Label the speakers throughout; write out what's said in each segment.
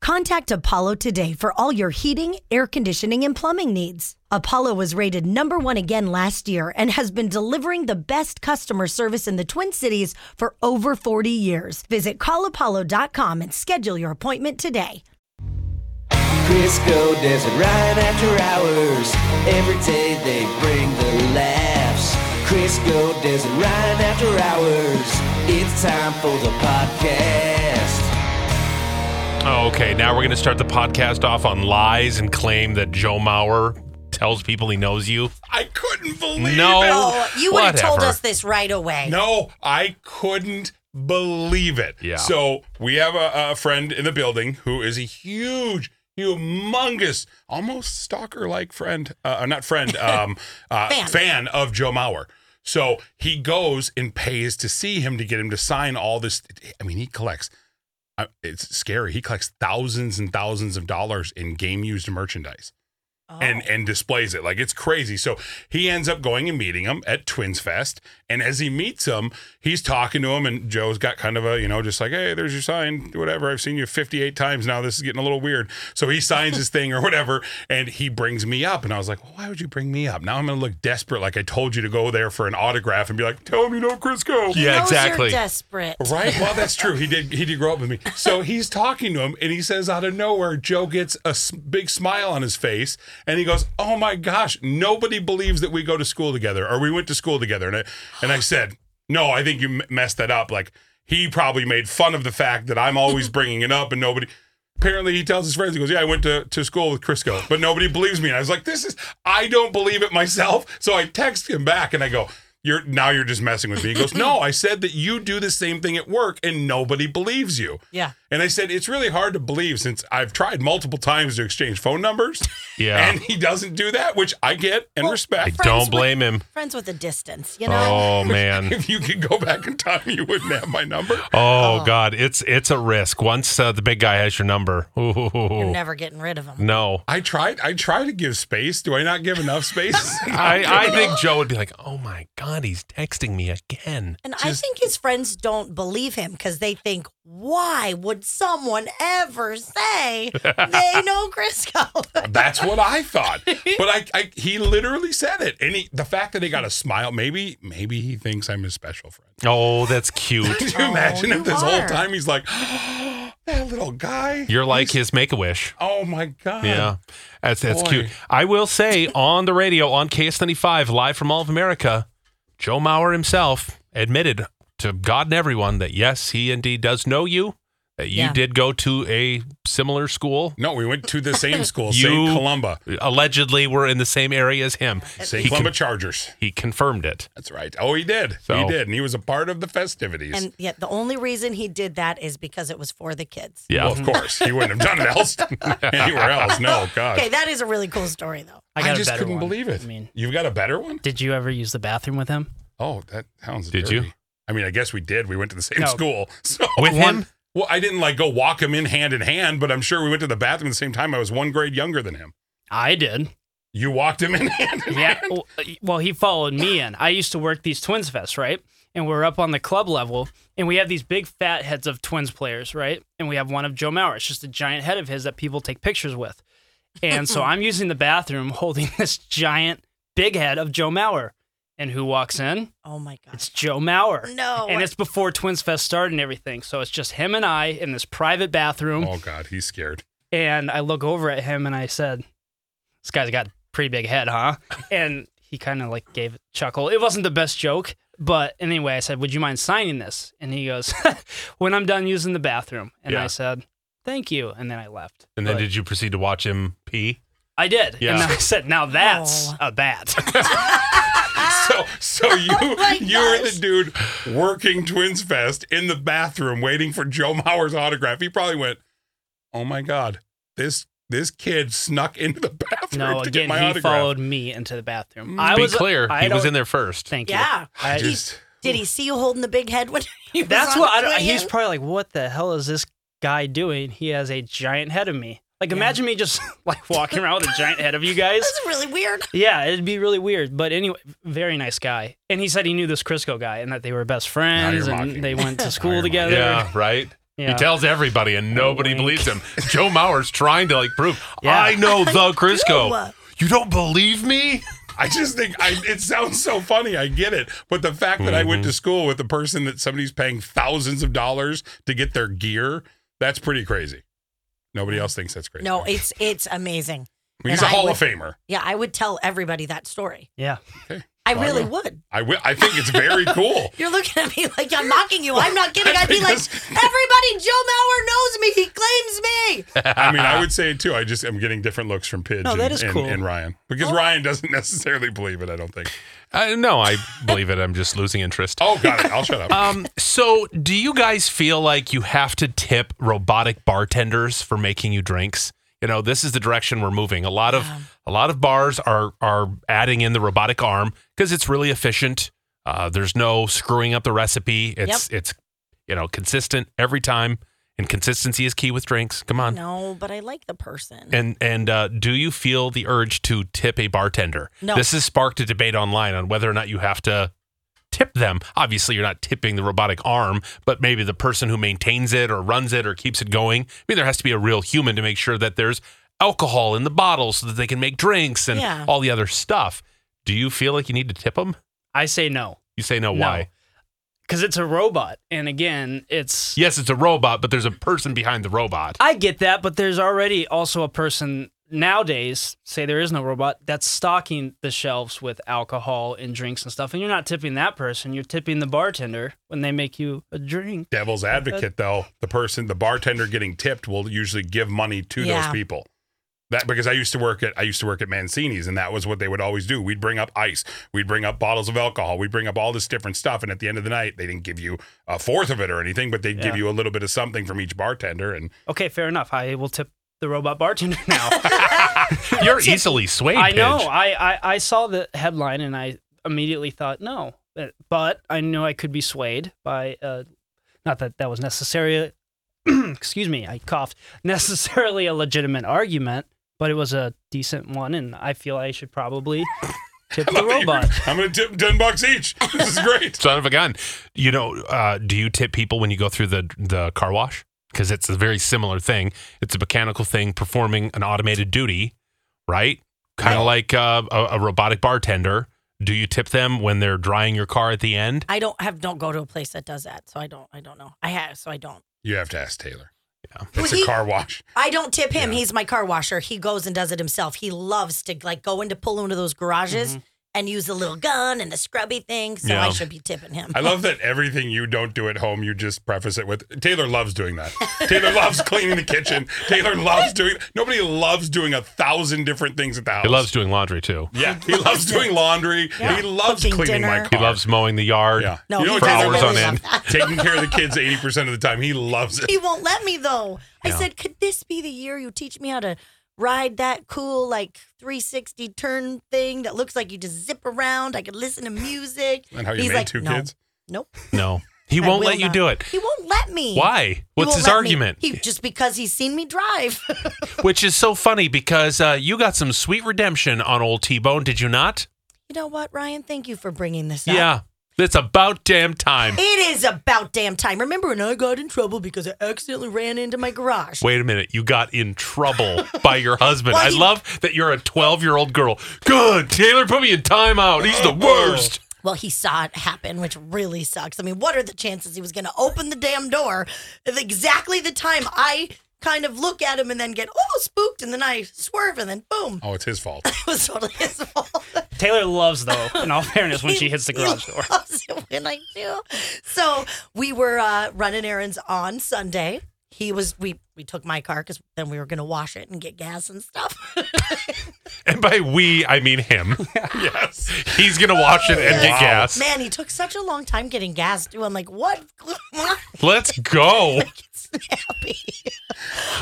Speaker 1: Contact Apollo today for all your heating, air conditioning, and plumbing needs. Apollo was rated number one again last year and has been delivering the best customer service in the Twin Cities for over 40 years. Visit callapollo.com and schedule your appointment today.
Speaker 2: Crisco Desert Ryan after hours. Every day they bring the laughs. Crisco Desert Ryan after hours. It's time for the podcast.
Speaker 3: Oh, okay. Now we're going to start the podcast off on lies and claim that Joe Mauer tells people he knows you.
Speaker 4: I couldn't believe
Speaker 3: No.
Speaker 4: it.
Speaker 1: Oh, you would have told
Speaker 3: Whatever.
Speaker 1: us this right away.
Speaker 4: No, I couldn't believe it.
Speaker 3: Yeah.
Speaker 4: So we have a, a friend in the building who is a huge, humongous, almost stalker-like friend, uh, uh, not friend, um, uh,
Speaker 1: Fan.
Speaker 4: of Joe Mauer. So he goes and pays to see him to get him to sign all this. I mean, he collects. I- It's scary. He collects thousands and thousands of dollars in game used merchandise. and and displays it like it's crazy. So he ends up going and meeting him at Twins Fest, and as he meets him, he's talking to him, and Joe's got kind of a you know just like hey, there's your sign, whatever. I've seen you 58 times now. This is getting a little weird. So he signs his thing or whatever, and he brings me up, and I was like, well, why would you bring me up? Now I'm gonna look desperate, like I told you to go there for an autograph and be like, tell him you know Crisco.
Speaker 1: Those are
Speaker 3: Yeah, exactly.
Speaker 1: desperate.
Speaker 4: Right. Well, that's true. He did. He did grow up with me. So he's talking to him, and he says out of nowhere, Joe gets a s- big smile on his face, and he goes, "Oh my gosh, nobody believes that we go to school together, or we went to school together." And I, and I said, "No, I think you m- messed that up. Like he probably made fun of the fact that I'm always bringing it up, and nobody." Apparently, he tells his friends, he goes, Yeah, I went to, to school with Crisco, but nobody believes me. And I was like, This is, I don't believe it myself. So I text him back and I go, You're now you're just messing with me. He goes, No, I said that you do the same thing at work and nobody believes you.
Speaker 1: Yeah.
Speaker 4: And I said, It's really hard to believe since I've tried multiple times to exchange phone numbers
Speaker 3: Yeah.
Speaker 4: and he doesn't do that, which I get and
Speaker 1: Well,
Speaker 3: I
Speaker 4: respect.
Speaker 1: Friends
Speaker 3: don't
Speaker 1: with-
Speaker 3: blame him.
Speaker 1: Friends with a distance, you know?
Speaker 3: Oh, man.
Speaker 4: If you could go back in time, you wouldn't have my number.
Speaker 3: Oh, God. It's it's a risk. Once uh, the big guy has your number.
Speaker 1: You're
Speaker 3: Ooh.
Speaker 1: never getting rid of them.
Speaker 3: No.
Speaker 4: I tried. I try to give space. Do I not give enough space?
Speaker 3: I, I think Joe would be like, oh, my God, he's texting me again.
Speaker 1: And I think his friends don't believe him because they think, why would someone ever say they know Crisco?
Speaker 4: That's what I thought. But I, I he literally said it. And he, the fact that he got a smile, maybe, maybe he thinks I'm his special friend.
Speaker 3: Oh, that's cute.
Speaker 4: Could you
Speaker 1: Oh,
Speaker 4: imagine
Speaker 1: you
Speaker 4: if this whole
Speaker 1: are.
Speaker 4: time he's like, that little guy?
Speaker 3: You're like his make a wish.
Speaker 4: Oh my God.
Speaker 3: Yeah, that's that's
Speaker 4: Boy.
Speaker 3: cute. I will say on the radio on KS95 live from all of America, Joe Mauer himself admitted to God and everyone that yes, he indeed does know you. That you
Speaker 1: Yeah.
Speaker 3: did go to a similar school.
Speaker 4: No, we went to the same school,
Speaker 3: You-
Speaker 4: St. Columba.
Speaker 3: Allegedly, were in the same area as him.
Speaker 4: St.
Speaker 3: He
Speaker 4: Columba
Speaker 3: con-
Speaker 4: Chargers.
Speaker 3: he confirmed it.
Speaker 4: That's right. Oh, he did. He
Speaker 3: So-
Speaker 4: did. And he was a part of the festivities.
Speaker 1: and yet, the only reason he did that is because it was for the kids.
Speaker 3: Yeah.
Speaker 4: Well, of course. He wouldn't have done it else anywhere else. No, God.
Speaker 1: Okay, that is a really cool story, though.
Speaker 5: I
Speaker 4: I,
Speaker 5: got a
Speaker 4: just
Speaker 5: better
Speaker 4: couldn't
Speaker 5: one.
Speaker 4: believe it.
Speaker 5: I mean,
Speaker 4: You've got a better one?
Speaker 5: did you ever use the bathroom with him?
Speaker 4: Oh, that sounds.
Speaker 3: Did
Speaker 4: dirty.
Speaker 3: you?
Speaker 4: I mean, I guess we did. We went to the same
Speaker 5: No.
Speaker 4: school. So
Speaker 3: With
Speaker 4: One-
Speaker 3: him?
Speaker 4: Well, I didn't like go walk him in hand in hand, but I'm sure we went to the bathroom at the same time. I was one grade younger than him.
Speaker 5: I did.
Speaker 4: You walked him in hand. In
Speaker 5: Yeah.
Speaker 4: hand?
Speaker 5: well, uh, Well, he followed me in. I used to work these Twins Fest, right? And we're up on the club level, and we have these big fat heads of Twins players, right? And we have one of Joe Mauer. It's just a giant head of his that people take pictures with. And so I'm using the bathroom holding this giant big head of Joe Mauer. And who walks in?
Speaker 1: Oh my gosh.
Speaker 5: It's Joe Mauer.
Speaker 1: No.
Speaker 5: And it's before Twins Fest started and everything. So it's just him and I in this private bathroom.
Speaker 4: Oh God, he's scared.
Speaker 5: And I look over at him and I said, This guy's got a pretty big head, huh? And he kind of like gave a chuckle. It wasn't the best joke, but anyway, I said, Would you mind signing this? And he goes, When I'm done using the bathroom. And
Speaker 3: Yeah.
Speaker 5: I said, Thank you. And then I left.
Speaker 3: And then
Speaker 5: But
Speaker 3: did you proceed to watch him pee?
Speaker 5: I did.
Speaker 3: Yeah.
Speaker 5: And then I said, Now that's
Speaker 1: Oh.
Speaker 5: a bat. Ah.
Speaker 4: So,
Speaker 5: Oh
Speaker 4: so you
Speaker 1: my
Speaker 4: you were
Speaker 1: gosh.
Speaker 4: the dude working Twins Fest in the bathroom, waiting for Joe Mauer's autograph. He probably went, "Oh my God, this this kid snuck into the bathroom
Speaker 5: no,
Speaker 4: to get
Speaker 5: again,
Speaker 4: my
Speaker 5: he
Speaker 4: autograph."
Speaker 5: followed me into the bathroom. I
Speaker 3: Be
Speaker 5: was uh,
Speaker 3: clear,
Speaker 5: I
Speaker 3: he was
Speaker 5: don't-
Speaker 3: in there first.
Speaker 5: Thank you.
Speaker 1: Mm. yeah.
Speaker 4: I
Speaker 5: I-
Speaker 4: just
Speaker 1: Did he see you holding the big head when he was
Speaker 5: That's
Speaker 1: on
Speaker 5: what I
Speaker 1: his
Speaker 5: don't,
Speaker 1: way
Speaker 5: he's
Speaker 1: in?
Speaker 5: probably like, what the hell is this guy doing? He has a giant head of me. Like, imagine me just like walking around with a giant head of you guys.
Speaker 1: That's really weird.
Speaker 5: Yeah, it'd be really weird. But anyway, very nice guy. And he said he knew this Crisco guy and that they were best
Speaker 4: you're
Speaker 5: friends
Speaker 4: mocking
Speaker 5: and they
Speaker 4: me.
Speaker 5: went to
Speaker 4: you're
Speaker 5: school
Speaker 4: mocking
Speaker 5: together.
Speaker 3: Yeah, right.
Speaker 5: Yeah.
Speaker 3: He tells everybody, and nobody
Speaker 5: Wink.
Speaker 3: believes him. Joe Mauer's trying to like prove,
Speaker 5: Yeah.
Speaker 3: I know the Crisco.
Speaker 1: do.
Speaker 3: You don't believe me?
Speaker 4: I just think I, it sounds so funny. I get it, but the fact that I went to school with the person that somebody's paying thousands of dollars to get their gear—that's pretty crazy. Nobody else thinks that's crazy.
Speaker 1: No, it's it's amazing.
Speaker 4: I mean, he's a
Speaker 1: and I
Speaker 4: Hall
Speaker 1: would-
Speaker 4: of Famer.
Speaker 1: Yeah, I would tell everybody that story.
Speaker 5: Yeah.
Speaker 1: I
Speaker 4: Why
Speaker 1: really
Speaker 4: not?
Speaker 1: would.
Speaker 4: I wi- I think it's very cool.
Speaker 1: You're looking at me like I'm mocking you. I'm not kidding. I'd be like,
Speaker 4: Because-
Speaker 1: everybody, Joe Mauer knows me. He claims me.
Speaker 4: I mean, I would say it too. I just am getting different looks from Pidge
Speaker 5: No,
Speaker 4: and,
Speaker 5: that is
Speaker 4: and-
Speaker 5: cool.
Speaker 4: and Ryan because Ryan doesn't necessarily believe it. I don't think.
Speaker 3: I, Uh, no, I believe it. I'm just losing interest.
Speaker 4: Oh, got it. I'll shut up.
Speaker 3: Um, so, do you guys feel like you have to tip robotic bartenders for making you drinks? You know, this is the direction we're moving. A lot of a lot of bars are are adding in the robotic arm because it's really efficient. Uh, there's no screwing up the recipe. It's it's you know consistent every time, and consistency is key with drinks. Come on.
Speaker 1: No, but I like the person.
Speaker 3: And and uh, do you feel the urge to tip a bartender?
Speaker 1: No.
Speaker 3: This has sparked a debate online on whether or not you have to tip them. Obviously, you're not tipping the robotic arm, but maybe the person who maintains it or runs it or keeps it going. I mean, there has to be a real human to make sure that there's alcohol in the bottle so that they can make drinks and
Speaker 1: Yeah.
Speaker 3: all the other stuff. Do you feel like you need to tip them?
Speaker 5: I say no.
Speaker 3: You say no.
Speaker 5: No.
Speaker 3: Why?
Speaker 5: Because it's a robot. And again, it's.
Speaker 3: Yes, it's a robot, but there's a person behind the robot.
Speaker 5: I get that, but there's already also a person nowadays, say there is no robot, that's stocking the shelves with alcohol and drinks and stuff. And you're not tipping that person, you're tipping the bartender when they make you a drink.
Speaker 4: Devil's advocate, though, the person, the bartender getting tipped will usually give money to
Speaker 1: Yeah.
Speaker 4: those people. That because I used to work at I used to work at Mancini's, and that was what they would always do. We'd bring up ice, we'd bring up bottles of alcohol, we'd bring up all this different stuff, and at the end of the night, they didn't give you a fourth of it or anything, but they'd give
Speaker 5: Yeah.
Speaker 4: you a little bit of something from each bartender. And
Speaker 5: Okay, fair enough. I will tip the robot bartender now.
Speaker 3: You're easily swayed.
Speaker 5: I know.
Speaker 3: Pidge.
Speaker 5: I, I, I saw the headline and I immediately thought, no. But- But I knew I could be swayed by, uh, not that that was necessary. excuse me, I coughed. Necessarily a legitimate argument, but it was a decent one, and I feel I should probably tip the robot.
Speaker 4: I'm gonna tip ten bucks each. This is great.
Speaker 3: son of a gun. You know, uh, do you tip people when you go through the the car wash? Because it's a very similar thing. It's a mechanical thing performing an automated duty, right? Kind of like uh, a, a robotic bartender. Do you tip them when they're drying your car at the end?
Speaker 1: I don't have don't go to a place that does that, so I don't I don't know. I have so I don't.
Speaker 4: You have to ask Taylor.
Speaker 3: Yeah.
Speaker 4: It's
Speaker 1: Well, he-
Speaker 4: a car wash.
Speaker 1: I don't tip him. He's my car washer. He goes and does it himself. He loves to like go into pull into those garages
Speaker 4: Mm-hmm.
Speaker 1: and use the little gun and the scrubby thing. So I
Speaker 3: Yeah.
Speaker 1: should be tipping him.
Speaker 4: I love that everything you don't do at home, you just preface it with Taylor loves doing that. Taylor loves cleaning the kitchen. Taylor loves doing. Nobody loves doing a thousand different things at the house.
Speaker 3: He loves doing laundry too.
Speaker 4: Yeah, he loves doing laundry.
Speaker 1: Yeah.
Speaker 4: He loves
Speaker 1: Cooking
Speaker 4: cleaning my
Speaker 1: dinner.
Speaker 4: car.
Speaker 3: He loves mowing the yard.
Speaker 4: Yeah.
Speaker 1: No,
Speaker 4: you know
Speaker 1: he
Speaker 4: what
Speaker 3: for
Speaker 1: doesn't
Speaker 4: Taylor
Speaker 3: hours
Speaker 1: really
Speaker 3: on
Speaker 4: loves?
Speaker 1: love
Speaker 3: end.
Speaker 1: that.
Speaker 4: Taking care of the kids eighty percent of the time. He loves it.
Speaker 1: He won't let me though. I said, could this be the year you teach me how to ride that cool like 360 turn thing that looks like you just zip around? I could listen to music.
Speaker 4: And how you
Speaker 1: He's
Speaker 4: made
Speaker 1: like,
Speaker 4: two
Speaker 1: "No,
Speaker 4: kids?
Speaker 1: Nope.
Speaker 3: No, he
Speaker 1: I
Speaker 3: won't
Speaker 1: will
Speaker 3: let you
Speaker 1: not."
Speaker 3: do it.
Speaker 1: He won't let me.
Speaker 3: Why?
Speaker 1: He
Speaker 3: What's
Speaker 1: won't
Speaker 3: his
Speaker 1: let me.
Speaker 3: argument?
Speaker 1: He just because he's seen me drive.
Speaker 3: Which is so funny because uh, you got some sweet redemption on old T Bone, did you not?
Speaker 1: you know what, Ryan? Thank you for bringing this up.
Speaker 3: Yeah. It's about damn time.
Speaker 1: It is about damn time. Remember when I got in trouble because I accidentally ran into my garage?
Speaker 3: Wait a minute, you got in trouble by your husband.
Speaker 1: Well,
Speaker 3: I
Speaker 1: he-
Speaker 3: love that you're a 12 year old girl. Good, Taylor, put me in timeout. He's
Speaker 1: Oh.
Speaker 3: the worst.
Speaker 1: Well, he saw it happen, which really sucks. I mean, what are the chances he was going to open the damn door at exactly the time I kind of look at him and then get, oh, spooked, and then I swerve, and then boom,
Speaker 4: Oh, it's his fault.
Speaker 1: it was totally his fault.
Speaker 5: Taylor loves, though, in all fairness, when she hits the garage door.
Speaker 1: He loves it when I do. So we were uh, running errands on Sunday. He was we we took my car because then we were gonna wash it and get gas and stuff.
Speaker 3: And by we, I mean him.
Speaker 4: yes.
Speaker 3: He's going to wash it and get
Speaker 4: Wow.
Speaker 3: gas.
Speaker 1: Man, he took such a long time getting gas too. I'm like, what?
Speaker 3: Let's go.
Speaker 1: Snappy.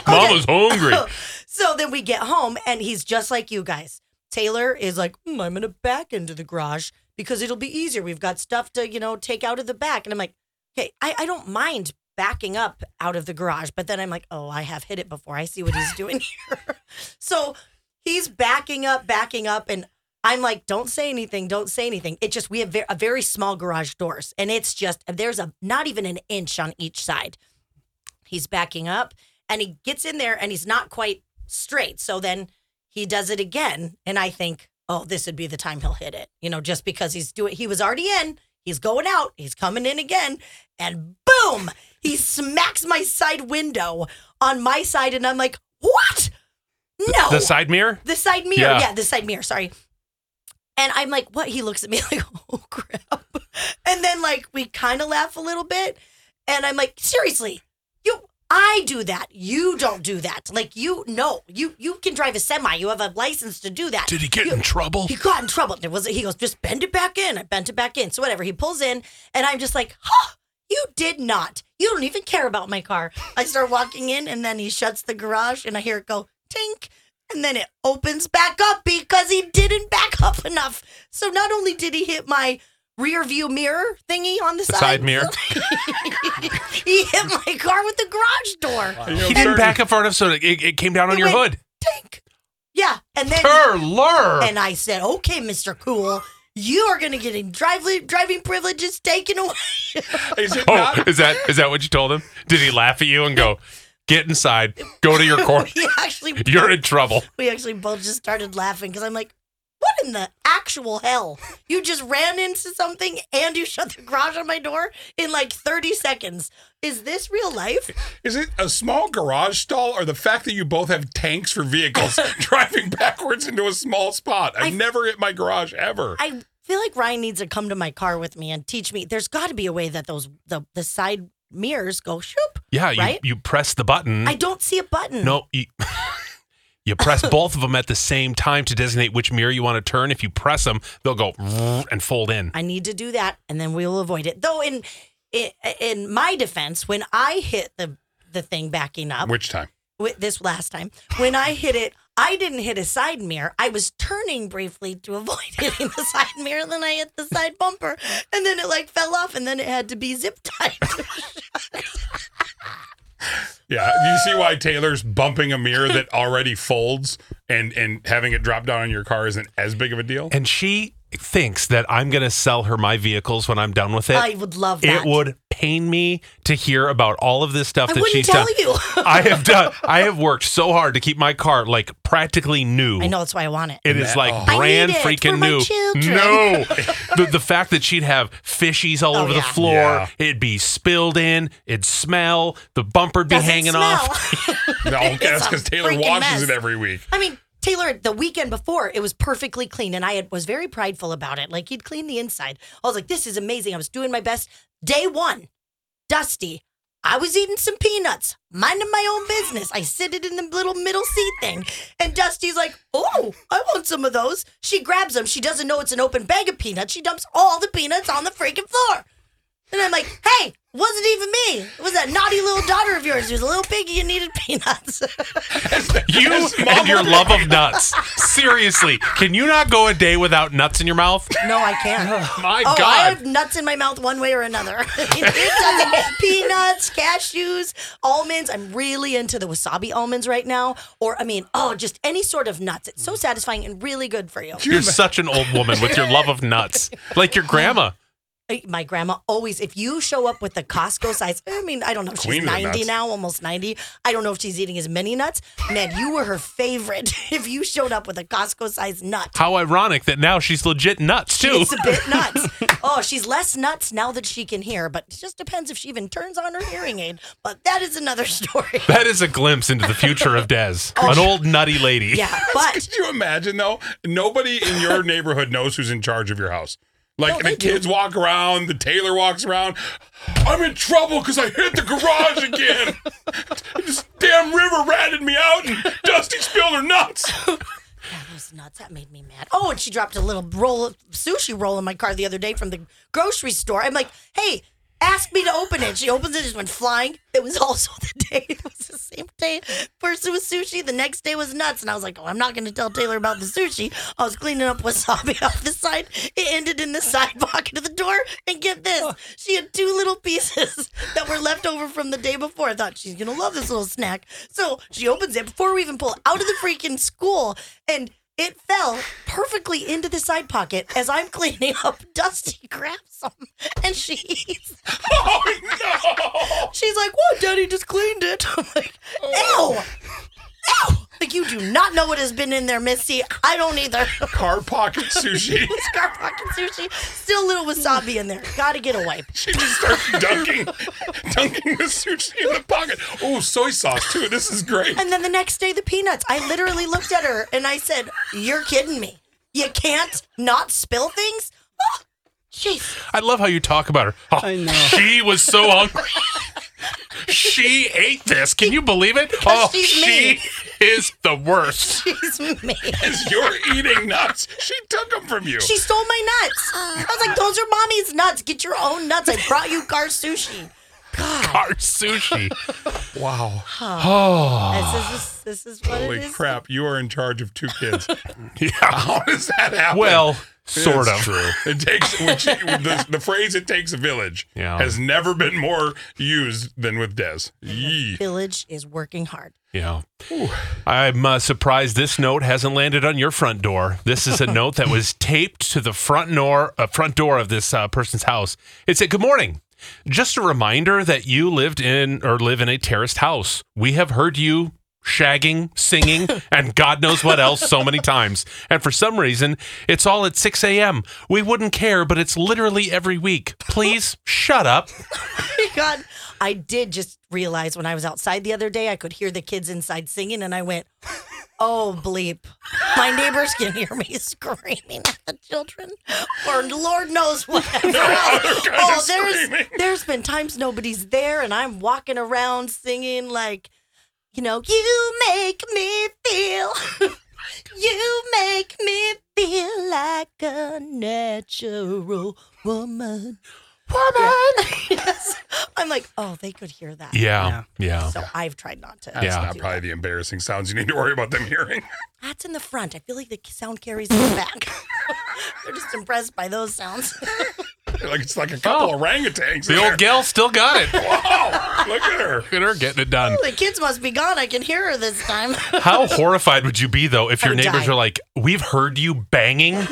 Speaker 3: Mama's hungry.
Speaker 1: Oh. So then we get home, and he's just like you guys. Taylor is like, "Mm, I'm going to back into the garage because it'll be easier. We've got stuff to, you know, take out of the back. And I'm like, okay, I, I don't mind backing up out of the garage. But then I'm like, oh, I have hit it before. I see what he's doing here. so he's backing up, backing up. And I'm like, don't say anything. Don't say anything. It just, we have ve- a very small garage doors. And it's just, there's a not even an inch on each side. He's backing up and he gets in there and he's not quite straight. So then he does it again. And I think, oh, this would be the time he'll hit it, you know, just because he's doing, he was already in, he's going out, he's coming in again. And boom, he smacks my side window on my side. And I'm like, what? No.
Speaker 3: The side mirror?
Speaker 1: The side mirror.
Speaker 3: Yeah.
Speaker 1: Yeah. the side mirror. Sorry. And I'm like, what? He looks at me like, oh crap. And then like we kind of laugh a little bit. And I'm like, seriously, you I do that. You don't do that. Like you no, you you can drive a semi. You have a license to do that.
Speaker 3: Did he get
Speaker 1: You-
Speaker 3: in trouble?
Speaker 1: he got in trouble. There was he goes, just bend it back in. I bent it back in. So whatever. He pulls in, and I'm just like, huh, you did not. You don't even care about my car. I start walking in, and then he shuts the garage, and I hear it go tink, and then it opens back up because he didn't back up enough. So not only did he hit my rear view mirror thingy on the,
Speaker 3: The side mirror.
Speaker 1: he hit my car with the garage door.
Speaker 4: You know,
Speaker 3: He didn't
Speaker 4: certain-
Speaker 3: back up far enough so it, it it came down on
Speaker 1: It
Speaker 3: your
Speaker 1: went
Speaker 3: hood.
Speaker 1: Tink. Yeah, and then
Speaker 3: Perler.
Speaker 1: And I said, "Okay, Mr. Cool, you are going to get him driving driving privileges taken away."
Speaker 4: Is it
Speaker 3: Oh,
Speaker 4: not?
Speaker 3: is that is that what you told him? Did he laugh at you and go, "Get inside, go to your corner,
Speaker 1: we actually
Speaker 3: you're in trouble"?
Speaker 1: we actually both just started laughing because I'm like, "What in the actual hell? You just ran into something and you shut the garage on my door in like 30 seconds. Is this real life?"
Speaker 4: Is it a small garage stall or the fact that you both have tanks for vehicles driving backwards into a small spot? I've
Speaker 1: I-
Speaker 4: never hit my garage ever.
Speaker 1: I feel like Ryan needs to come to my car with me and teach me. There's got to be a way that those the the side mirrors go shoop.
Speaker 3: Yeah, you,
Speaker 1: Right?
Speaker 3: you press the button.
Speaker 1: I don't see a button.
Speaker 3: no, you, you press both of them at the same time to designate which mirror you want to turn. If you press them, they'll go and fold in.
Speaker 1: I need to do that, and then we will avoid it. Though in in, in my defense, when I hit the the thing backing up
Speaker 4: Which time?
Speaker 1: with this last time, when I hit it, I didn't hit a side mirror. I was turning briefly to avoid hitting the side mirror. Then I hit the side bumper, and then it like fell off, and then it had to be zip tied.
Speaker 4: Yeah, you see why Taylor's bumping a mirror that already folds and and having it drop down on your car isn't as big of a deal.
Speaker 3: And she thinks that I'm going to sell her my vehicles when I'm done with it.
Speaker 1: I would love
Speaker 3: it
Speaker 1: that.
Speaker 3: would pain me to hear about all of this stuff
Speaker 1: I
Speaker 3: that
Speaker 1: wouldn't
Speaker 3: she's
Speaker 1: tell
Speaker 3: done.
Speaker 1: you.
Speaker 3: I have done. I have worked so hard to keep my car like practically new.
Speaker 1: I know that's why I want it.
Speaker 3: It is like
Speaker 4: I
Speaker 1: need
Speaker 3: brand
Speaker 1: it
Speaker 3: freaking
Speaker 1: for my
Speaker 3: new.
Speaker 1: children.
Speaker 3: No, the, the fact that she'd have fishies all
Speaker 1: Oh,
Speaker 3: over the
Speaker 1: yeah.
Speaker 3: floor,
Speaker 4: Yeah.
Speaker 3: it'd be spilled in, it'd smell, the bumper'd be
Speaker 1: Doesn't
Speaker 3: hanging
Speaker 1: smell.
Speaker 3: off.
Speaker 4: no, that's
Speaker 1: a
Speaker 4: because Taylor
Speaker 1: freaking
Speaker 4: washes
Speaker 1: mess.
Speaker 4: it every week.
Speaker 1: I mean, Taylor, the weekend before, it was perfectly clean, and I had, was very prideful about it. Like he'd clean the inside. I was like, "This is amazing." I was doing my best. Day one, dusty. I was eating some peanuts, minding my own business. I sit it in the little middle seat thing, and Dusty's like, "Oh, I want some of those." She grabs them. She doesn't know it's an open bag of peanuts. She dumps all the peanuts on the freaking floor. And I'm like, "Hey, wasn't even me. It was that naughty little daughter of yours who's a little piggy and needed peanuts."
Speaker 3: You
Speaker 4: Yes, Mom.
Speaker 3: and your love of nuts. Seriously, can you not go a day without nuts in your mouth?
Speaker 1: no, I can't.
Speaker 4: My
Speaker 1: Oh, I
Speaker 4: God,
Speaker 1: have nuts in my mouth one way or another. It doesn't- Peanuts, cashews, almonds. I'm really into the wasabi almonds right now. Or, I mean, oh, just any sort of nuts. It's so satisfying and really good for you.
Speaker 3: You're such an old woman with your love of nuts, like your grandma.
Speaker 1: Uh, My grandma always, if you show up with the Costco size, I mean, I don't know if
Speaker 4: Queen
Speaker 1: she's
Speaker 4: of the
Speaker 1: 90
Speaker 4: nuts.
Speaker 1: now, almost 90. I don't know if she's eating as many nuts. Man, you were her favorite if you showed up with a Costco size nut.
Speaker 3: How ironic that now she's legit nuts too.
Speaker 1: It's a bit nuts. oh, she's less nuts now that she can hear, but it just depends if she even turns on her hearing aid. But that is another story.
Speaker 3: That is a glimpse into the future of Des, an old nutty lady.
Speaker 1: Oh, Yeah, but
Speaker 4: could you imagine though? Nobody in your neighborhood knows who's in charge of your house. Like
Speaker 1: No,
Speaker 4: the
Speaker 1: they do.
Speaker 4: kids walk around, the Taylor walks around. I'm in trouble because I hit the garage again. this damn river ratted me out, and Dusty spilled her nuts.
Speaker 1: those nuts that made me mad. Oh, and she dropped a little roll of sushi roll in my car the other day from the grocery store. I'm like, hey. Asked me to open it. She opens it. It just went flying. It was also the day. It was the same day. First it was sushi. The next day was nuts. And I was like, "Oh, I'm not going to tell Taylor about the sushi." I was cleaning up wasabi off the side. It ended in the side pocket of the door. And get this, she had two little pieces that were left over from the day before. I thought she's going to love this little snack. So she opens it before we even pull out of the freaking school, and It fell perfectly into the side pocket as I'm cleaning up. Dusty grabs some and she eats
Speaker 4: Oh,
Speaker 1: She's like, "What? Daddy just cleaned it." I'm like, "Ew, ew!" Like you do not know what has been in there, Misty. I don't either.
Speaker 4: no. Car pocket sushi.
Speaker 1: Scar pocket sushi, still a little wasabi in there. Got to get a wipe.
Speaker 4: She just starts dunking, dunking the sushi in the pocket. Oh, soy sauce too. This is great.
Speaker 1: And then the next day, the peanuts. I literally looked at her and I said, "You're kidding me. You can't not spill things." Oh, jeez.
Speaker 3: I love how you talk about her. Oh,
Speaker 5: I know.
Speaker 3: She was so hungry. she ate this. Can you believe it? Oh,
Speaker 1: she's
Speaker 3: she is the worst.
Speaker 1: She's mean.
Speaker 4: As you're eating nuts, she took them from you.
Speaker 1: She stole my nuts. I was like, "Those are mommy's nuts. Get your own nuts." I brought you gar sushi. God,
Speaker 3: Our sushi.
Speaker 4: Wow.
Speaker 1: this is this is what
Speaker 4: Ah. Holy
Speaker 1: it is.
Speaker 4: crap. You are in charge of two kids.
Speaker 3: Yeah.
Speaker 4: How does that happen?
Speaker 3: Well, sort
Speaker 4: It's
Speaker 3: of.
Speaker 4: True. It takes when she, when the, the phrase "it takes a village"
Speaker 3: Yeah.
Speaker 4: has never been more used than with Des. Yee.
Speaker 1: Village is working hard.
Speaker 3: Yeah. I'm uh, surprised this note hasn't landed on your front door. This is a note that was taped to the front door, uh, front door of this uh, person's house. It said, "Good morning. Just a reminder that you lived in or live in a terraced house. We have heard you shagging, singing, and God knows what else so many times. And for some reason, it's all at 6 a.m. We wouldn't care, but it's literally every week. Please shut up."
Speaker 1: God, I did just realize when I was outside the other day, I could hear the kids inside singing, and I went, "Oh bleep!" My neighbors can hear me screaming at the children, or Lord knows whatever else.
Speaker 4: kind
Speaker 1: Oh,
Speaker 4: of
Speaker 1: there's
Speaker 4: screaming.
Speaker 1: there's been times nobody's there, and I'm walking around singing like, you know, you make me feel. You make me feel like a natural woman. Woman! yes. I'm like, oh, they could hear that.
Speaker 3: Yeah. Yeah.
Speaker 1: So I've tried not to.
Speaker 4: That's
Speaker 3: Yeah.
Speaker 4: not probably the embarrassing sounds you need to worry about them hearing.
Speaker 1: That's in the front. I feel like the sound carries in the back. They're just impressed by those sounds.
Speaker 4: like it's like a couple
Speaker 3: Oh.
Speaker 4: orangutans. in
Speaker 3: The old
Speaker 4: there.
Speaker 3: gal still got it. Look
Speaker 4: Wow, look at her.
Speaker 3: at her getting it done.
Speaker 1: the kids must be gone. I can hear her this time.
Speaker 3: How horrified would you be though if your
Speaker 1: would
Speaker 3: neighbors
Speaker 1: die.
Speaker 3: are like, "We've heard you banging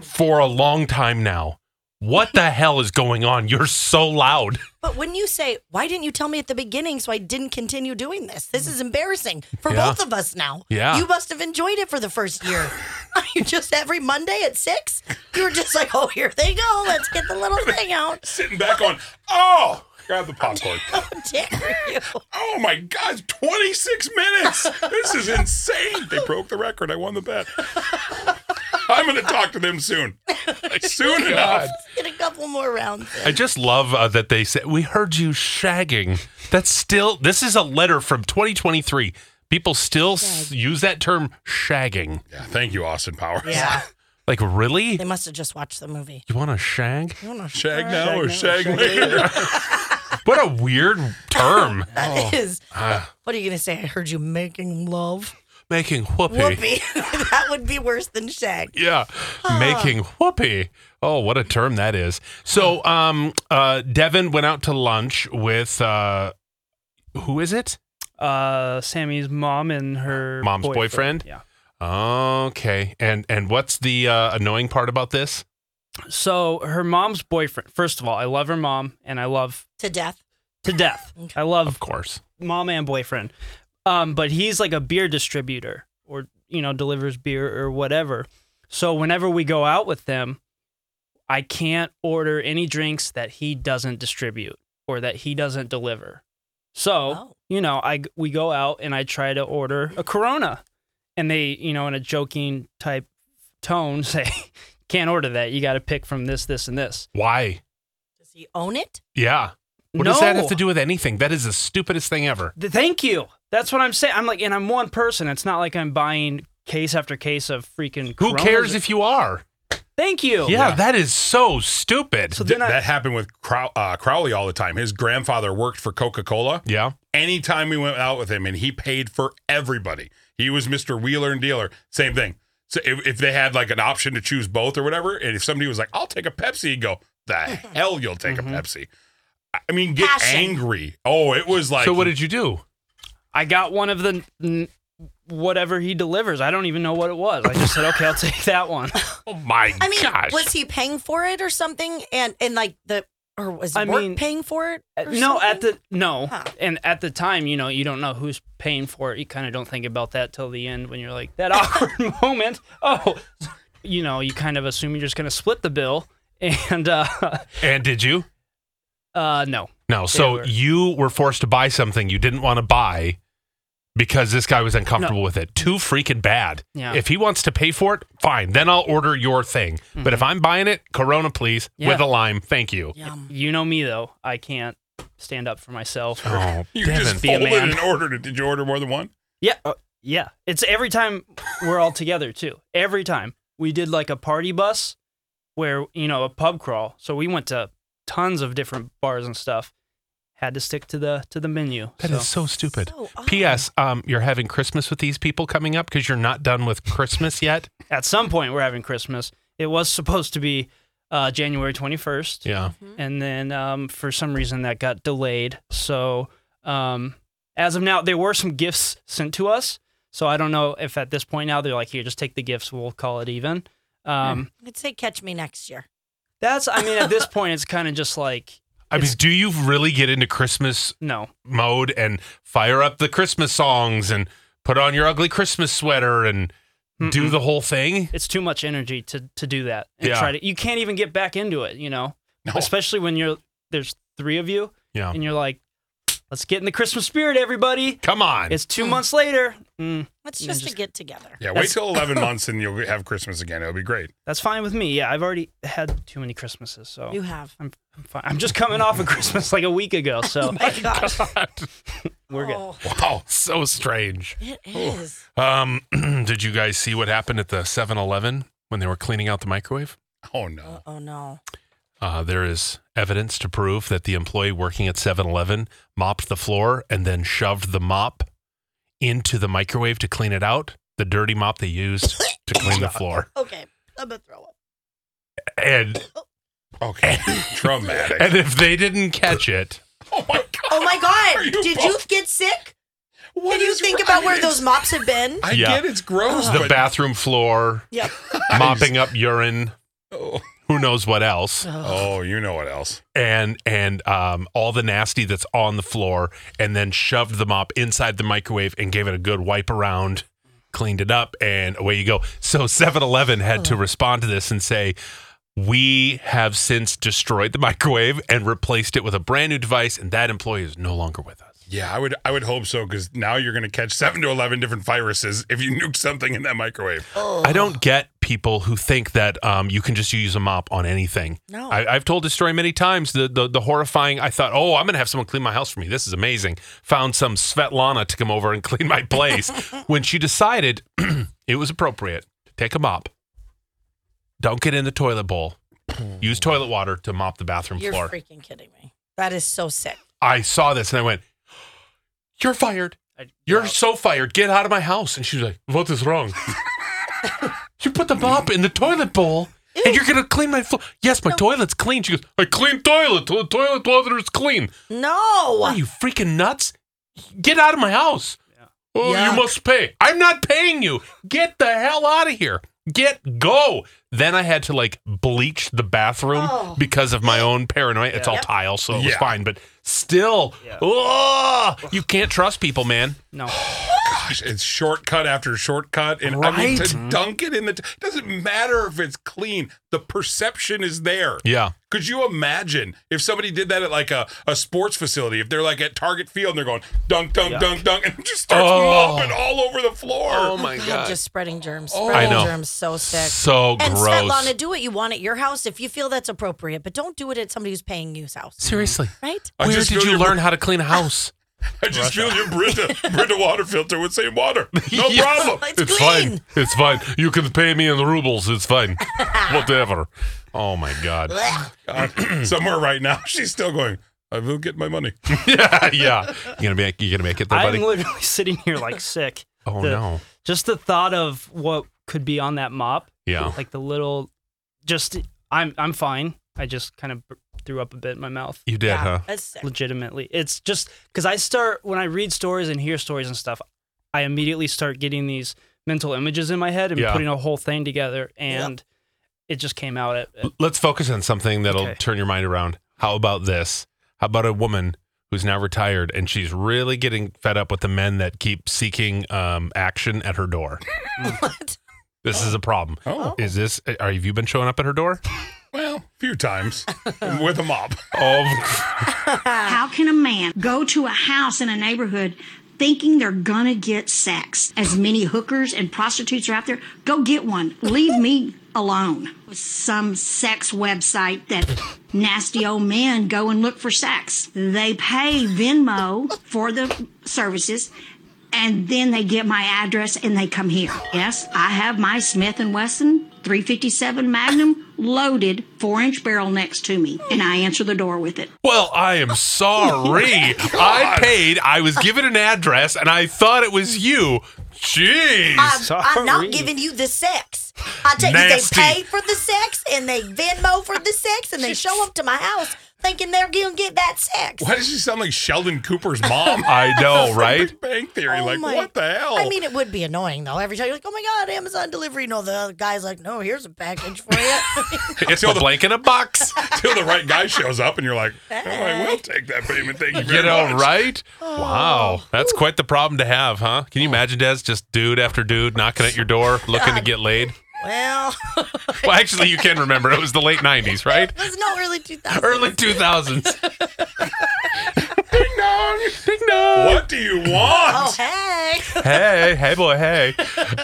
Speaker 3: for a long time now. What the hell is going on? You're so loud."
Speaker 1: But when you say, why didn't you tell me at the beginning so I didn't continue doing this? This is embarrassing for
Speaker 3: Yeah.
Speaker 1: both of us now.
Speaker 3: Yeah.
Speaker 1: You must have enjoyed it for the first year. you just every Monday at six, you were just like, oh, here they go. Let's get the little thing out.
Speaker 4: Sitting back on. Oh, grab the popcorn.
Speaker 1: How dare you?
Speaker 4: Oh my God, 26 minutes. This is insane. They broke the record. I won the bet. I'm going to talk to them soon. Soon enough.
Speaker 1: Get a couple more rounds. in.
Speaker 3: I just love uh, that they said, "We heard you shagging." That's still this is a letter from 2023. People still s- use that term shagging.
Speaker 4: Yeah, thank you, Austin Powers.
Speaker 1: Yeah.
Speaker 3: Like, really?
Speaker 1: They must have just watched the movie.
Speaker 3: You want to shag?
Speaker 4: Shag now or shag later?
Speaker 3: What a weird term. Ah,
Speaker 1: That is. what are you going to say? I heard you making love.
Speaker 3: Making whoopee.
Speaker 1: Whoopee. that would be worse than shag.
Speaker 3: Yeah, making whoopee. Oh, what a term that is. So, um, uh, Devin went out to lunch with uh, who is it?
Speaker 5: Uh, Sammy's mom and her
Speaker 3: Mom's boyfriend?
Speaker 5: Yeah.
Speaker 3: Okay, and and what's the uh, annoying part about this?
Speaker 5: So her mom's boyfriend. First of all, I love her mom, and I love
Speaker 1: To death.
Speaker 5: to death. I love
Speaker 3: Of course,
Speaker 5: mom and boyfriend. Um, but he's like a beer distributor or, you know, delivers beer or whatever. So whenever we go out with them, I can't order any drinks that he doesn't distribute or that he doesn't deliver. So,
Speaker 1: Oh.
Speaker 5: you know, I g- we go out and I try to order a Corona and they, you know, in a joking type tone say, "Can't order that. You got to pick from this, this and this."
Speaker 3: why?
Speaker 1: Does he own it?
Speaker 3: Yeah. What does that have
Speaker 5: No.
Speaker 3: to do with anything? That is the stupidest thing ever.
Speaker 5: Th- Thank you. That's what I'm saying. I'm like, and I'm one person. It's not like I'm buying case after case of freaking.
Speaker 3: Who
Speaker 5: Coronas.
Speaker 3: cares if you are? Oh,
Speaker 5: Thank you.
Speaker 3: yeah, that is so stupid.
Speaker 5: So
Speaker 4: Th-
Speaker 5: then I,
Speaker 4: that happened with Crow- uh, Crowley all the time. His grandfather worked for Coca Cola.
Speaker 3: yeah.
Speaker 4: Anytime we went out with him, and he paid for everybody. He was Mr. Wheeler and Dealer. Same thing. So if, if they had like an option to choose both or whatever, and if somebody was like, "I'll take a Pepsi," he'd go, "The hell you'll take
Speaker 6: Mm-hmm.
Speaker 4: a Pepsi." I- I mean, get
Speaker 1: Passion.
Speaker 4: angry. Oh, it was like
Speaker 3: so what did you do?
Speaker 5: I got one of the n- whatever he delivers. I don't even know what it was. I just said, okay, I'll take that one.
Speaker 3: Oh my
Speaker 6: I mean,
Speaker 3: gosh.
Speaker 6: was he paying for it or something? And and like the or was
Speaker 5: I
Speaker 6: work
Speaker 5: mean, uh,
Speaker 6: paying for it? or
Speaker 5: no, at
Speaker 6: something?
Speaker 5: the no,
Speaker 6: Huh.
Speaker 5: and at the time, you know, you don't know who's paying for it. You kind of don't think about that till the end when you're like that awkward moment. Oh, you know, you kind of assume you're just gonna split the bill, and uh,
Speaker 3: and did you?
Speaker 5: uh no,
Speaker 3: No. So
Speaker 5: we're-
Speaker 3: you were forced to buy something you didn't want to buy because this guy was uncomfortable with it. Too freaking bad.
Speaker 5: Yeah.
Speaker 3: If he wants to pay for it, fine. Then I'll order your thing. But if I'm buying it, Corona, please,
Speaker 5: Yeah.
Speaker 3: with a lime. Thank you.
Speaker 6: Yum.
Speaker 5: you know me though, I can't stand up for myself. or-
Speaker 3: Oh,
Speaker 4: You
Speaker 3: damn
Speaker 4: just
Speaker 3: it.
Speaker 5: be a
Speaker 4: folded
Speaker 5: man.
Speaker 4: and ordered it. Did you order more than one?
Speaker 5: Yeah, uh, yeah. It's every time we're all together too. Every time we did like a party bus, where you know a pub crawl. So we went to tons of different bars and stuff. Had to stick to the to the menu.
Speaker 3: That
Speaker 5: so.
Speaker 3: is so stupid.
Speaker 6: So odd.
Speaker 3: P.S. Um, you're having Christmas with these people coming up because you're not done with Christmas yet.
Speaker 5: At some point, we're having Christmas. It was supposed to be uh, January twenty first,
Speaker 3: Yeah.
Speaker 5: and then um, for some reason that got delayed. So um, as of now, there were some gifts sent to us. So I don't know if at this point now they're like, here, just take the gifts. We'll call it even. Um,
Speaker 6: I'd say catch me next year.
Speaker 5: That's, I mean, at this point, it's kind of just like,
Speaker 3: I mean,
Speaker 5: It's-
Speaker 3: do you really get into Christmas
Speaker 5: no.
Speaker 3: mode and fire up the Christmas songs and put on your ugly Christmas sweater and do
Speaker 5: Mm-mm.
Speaker 3: the whole thing?
Speaker 5: It's too much energy to, to do that. And
Speaker 3: Yeah.
Speaker 5: try to, you can't even get back into it, you know?
Speaker 4: No.
Speaker 5: Especially when you're, there's three of you
Speaker 6: Oh.
Speaker 3: Yeah.
Speaker 5: and you're like, let's get in the Christmas spirit, everybody.
Speaker 3: Come on.
Speaker 5: It's
Speaker 6: Hmm.
Speaker 5: two months later. Mm,
Speaker 6: Let's
Speaker 5: You
Speaker 6: just,
Speaker 5: just-
Speaker 6: a get together.
Speaker 4: Yeah, wait
Speaker 5: That's-
Speaker 4: till 11 months and you'll have Christmas again. It'll be great.
Speaker 5: that's fine with me. Yeah. I've already had too many Christmases. So
Speaker 6: You have.
Speaker 5: I'm, I'm fine. I'm just coming off of Christmas like a week ago. So
Speaker 6: Oh My gosh.
Speaker 5: we're good.
Speaker 6: Oh,
Speaker 3: wow, so strange.
Speaker 6: it is.
Speaker 3: Um, did you guys see what happened at the 7-Eleven when they were cleaning out the microwave?
Speaker 4: Oh, no.
Speaker 6: Oh no.
Speaker 3: Uh, there is evidence to prove that the employee working at 7-Eleven mopped the floor and then shoved the mop into the microwave to clean it out. The dirty mop they used to clean the floor,
Speaker 6: Okay. I'm gonna throw up.
Speaker 3: and
Speaker 4: Oh. Okay. Traumatic.
Speaker 3: and if they didn't catch it,
Speaker 4: oh, my God.
Speaker 6: Oh my
Speaker 4: Are
Speaker 6: god.
Speaker 4: you
Speaker 6: Did
Speaker 4: both-
Speaker 6: you get sick?
Speaker 4: What
Speaker 6: Can you
Speaker 4: is
Speaker 6: think
Speaker 4: wrong?
Speaker 6: about where
Speaker 4: It's-
Speaker 6: those mops have been?
Speaker 4: I
Speaker 3: Yeah.
Speaker 4: get it's gross,
Speaker 3: the
Speaker 4: but
Speaker 3: bathroom floor,
Speaker 6: Yep.
Speaker 3: mopping up urine,
Speaker 4: Oh,
Speaker 3: who knows what else,
Speaker 4: oh, you know what else?
Speaker 3: and and um, all the nasty that's on the floor, and then shoved the mop inside the microwave and gave it a good wipe around, cleaned it up, and away you go. So 7-Eleven had
Speaker 4: Oh.
Speaker 3: to respond to this and say. We have since destroyed the microwave and replaced it with a brand new device, and that employee is no longer with us.
Speaker 4: Yeah, I would I would hope so because now you're going to catch seven to eleven different viruses if you nuke something in that microwave.
Speaker 3: I don't get people who think that um, you can just use a mop on anything.
Speaker 6: No.
Speaker 3: I, I've told this story many times. The, the the horrifying. I thought, oh, I'm gonna have someone clean my house for me. This is amazing. Found some Svetlana to come over and clean my place. when she decided it was appropriate to take a mop, dunk it in the toilet bowl, use toilet water to mop the bathroom
Speaker 6: Hmm. You're
Speaker 3: floor.
Speaker 6: freaking kidding me. That is so sick.
Speaker 3: I saw this and I went, "You're fired.
Speaker 5: I-
Speaker 3: You're so fired. Get out of my house." And she's like, "What is wrong?" you put the mop in the toilet bowl. And you're gonna clean my floor? Yes, my toilet's clean. She goes, I clean toilet. The toilet water is clean. Are
Speaker 6: No.
Speaker 3: you freaking nuts? Get out of my house. Oh,
Speaker 6: Yuck.
Speaker 3: you must pay. I'm not paying you. Get the hell out of here. Get go. Then I had to like bleach the bathroom
Speaker 6: Oh.
Speaker 3: because of my own paranoia. It's all
Speaker 6: Yep.
Speaker 3: tile, so it was
Speaker 4: Yeah.
Speaker 3: fine, but still,
Speaker 5: Yeah.
Speaker 3: oh, you can't trust people, man.
Speaker 5: No.
Speaker 4: Gosh, it's shortcut after shortcut, and I mean to
Speaker 3: Right? Mm-hmm.
Speaker 4: dunk it in the t- doesn't matter if it's clean. The perception is there.
Speaker 3: Yeah.
Speaker 4: Could you imagine if somebody did that at like a, a sports facility? If they're like at Target Field and they're going dunk, dunk,
Speaker 5: Yuck.
Speaker 4: dunk, dunk, and it just starts
Speaker 3: Oh.
Speaker 4: mopping all over the floor.
Speaker 3: my
Speaker 6: God, just spreading germs.
Speaker 4: Oh.
Speaker 6: Spreading
Speaker 4: I
Speaker 3: know.
Speaker 6: germs so sick.
Speaker 3: So
Speaker 6: And
Speaker 3: gross.
Speaker 6: Svetlana, do what you want at your house if you feel that's appropriate, but don't do it at somebody who's paying you's house,
Speaker 3: Seriously.
Speaker 6: right?
Speaker 4: I
Speaker 3: Where
Speaker 4: just
Speaker 3: did
Speaker 4: feel
Speaker 3: you
Speaker 4: your-
Speaker 3: learn how to clean a house?
Speaker 4: I just feel your Brita Brita water filter with same water. No
Speaker 3: Yeah.
Speaker 4: problem.
Speaker 6: It's It's clean. fine.
Speaker 3: It's fine. You can pay me in rubles. It's fine. Whatever. Oh my god.
Speaker 4: God, somewhere right now, she's still going. I will get my money.
Speaker 3: yeah, yeah. You gonna make you gonna make it there,
Speaker 5: I'm
Speaker 3: buddy?
Speaker 5: literally sitting here like sick.
Speaker 3: oh
Speaker 5: the-
Speaker 3: no.
Speaker 5: Just the thought of what could be on that mop
Speaker 3: Yeah.
Speaker 5: like the little just i'm i'm fine i just kind of threw up a bit in my mouth
Speaker 3: You did, huh?
Speaker 6: That's sick.
Speaker 5: legitimately it's just because i start when i read stories and hear stories and stuff I immediately start getting these mental images in my head and
Speaker 3: Yeah.
Speaker 5: putting a whole thing together, and it just came out at, at
Speaker 3: Let's focus on something that'll
Speaker 5: Okay.
Speaker 3: turn your mind around. How about this? How about a woman who's now retired and she's really getting fed up with the men that keep seeking um, action at her door?
Speaker 6: What?
Speaker 3: This is a problem.
Speaker 4: Oh.
Speaker 3: Is this? eh, Are have you been showing up at her door?
Speaker 4: Well, a few times with a mop.
Speaker 3: Oh,
Speaker 7: How can a man go to a house in a neighborhood thinking they're gonna get sex? As many hookers and prostitutes are out there, go get one. Leave me alone. Some sex website that nasty old men go and look for sex. They pay Venmo for the services. And then they get my address and they come here. Yes, I have my Smith and Wesson 357 Magnum loaded 4-inch barrel next to me and I answer the door with it.
Speaker 3: well, I am sorry. I paid. I was given an address, and I thought it was you. Jeez.
Speaker 6: I'm, I'm
Speaker 5: Sorry.
Speaker 6: not giving you the sex. I tell
Speaker 3: Nasty.
Speaker 6: you, they pay for the sex and they Venmo for the sex and they show up to my house thinking they're going to get that sex.
Speaker 4: Why does she sound like Sheldon Cooper's mom?
Speaker 3: I know, right?
Speaker 4: Big Bang Theory.
Speaker 6: Oh
Speaker 4: like,
Speaker 6: my-
Speaker 4: what the hell?
Speaker 6: I mean, it would be annoying though. Every time you're like, "Oh my god, Amazon delivery," no, the other guy's like, "No, here's a package for you."
Speaker 3: It's a blank in a box.
Speaker 4: Till the right guy shows up and you're like, oh, I will take that payment. Thank you very
Speaker 3: You know,
Speaker 4: much.
Speaker 3: right? Wow. That's quite the problem to have, huh? Can you imagine, Des, just dude after dude knocking at your door looking to get laid?
Speaker 6: well,
Speaker 3: Well, actually, you can remember. It was the late 90s, right?
Speaker 6: it's not really 2000.
Speaker 3: Early 2000s.
Speaker 4: Ding dong.
Speaker 3: Ding dong.
Speaker 4: What do you want?
Speaker 6: Oh hey,
Speaker 3: Hey, hey, boy, hey.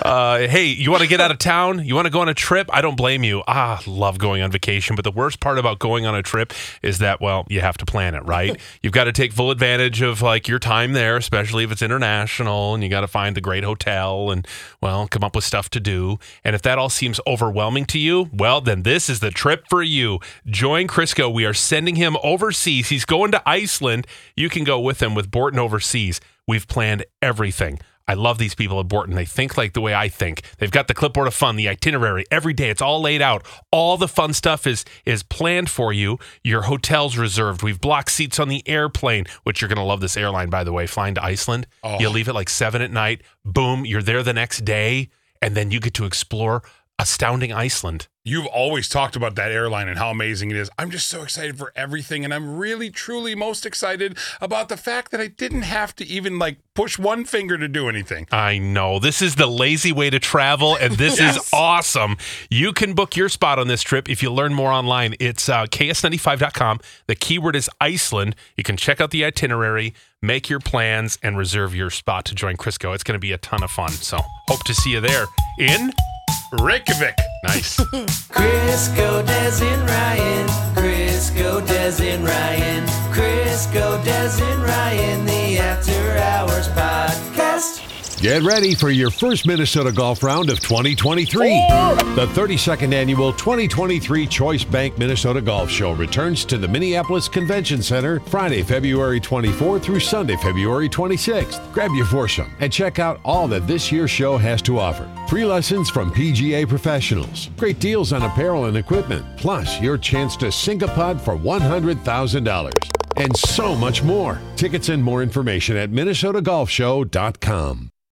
Speaker 3: Uh, hey, you want to get out of town? You want to go on a trip? I don't blame you. Ah, love going on vacation. But the worst part about going on a trip is that, well, you have to plan it, right? You've got to take full advantage of like your time there, especially if it's international and you got to find the great hotel and, well, come up with stuff to do. And if that all seems overwhelming to you, well, then this is the trip for you. Join Crisco. We are sending him overseas. He's going to Iceland. You can go with him with Borton Overseas. We've planned everything. I love these people at Borton. They think like the way I think. They've got the clipboard of fun, the itinerary every day. It's all laid out. All the fun stuff is is planned for you. Your hotel's reserved. We've blocked seats on the airplane, which you're gonna love this airline, by the way. Flying to Iceland, you leave at like seven at night. Boom, you're there the next day, and then you get to explore astounding Iceland.
Speaker 4: You've always talked about that airline and how amazing it is. I'm just so excited for everything. And I'm really, truly most excited about the fact that I didn't have to even like push one finger to do anything.
Speaker 3: I know. This is the lazy way to travel, and this is awesome. You can book your spot on this trip if you learn more online. It's uh, ks95.com. The keyword is Iceland. You can check out the itinerary, make your plans, and reserve your spot to join Crisco. It's going to be a ton of fun. So, hope to see you there in
Speaker 4: Reykjavik.
Speaker 3: nice.
Speaker 2: Crisco Des and Ryan. Crisco Des and Ryan. Crisco Des and Ryan. The After Hours Podcast.
Speaker 8: Get ready for your first Minnesota golf round of 2023. The 32nd annual 2023 Choice Bank Minnesota Golf Show returns to the Minneapolis Convention Center Friday, February 24 through Sunday, February 26th. Grab your foursome and check out all that this year's show has to offer. Free lessons from PGA professionals, great deals on apparel and equipment, plus your chance to sink a putt for $100,000 and so much more. Tickets and more information at minnesotagolfshow.com.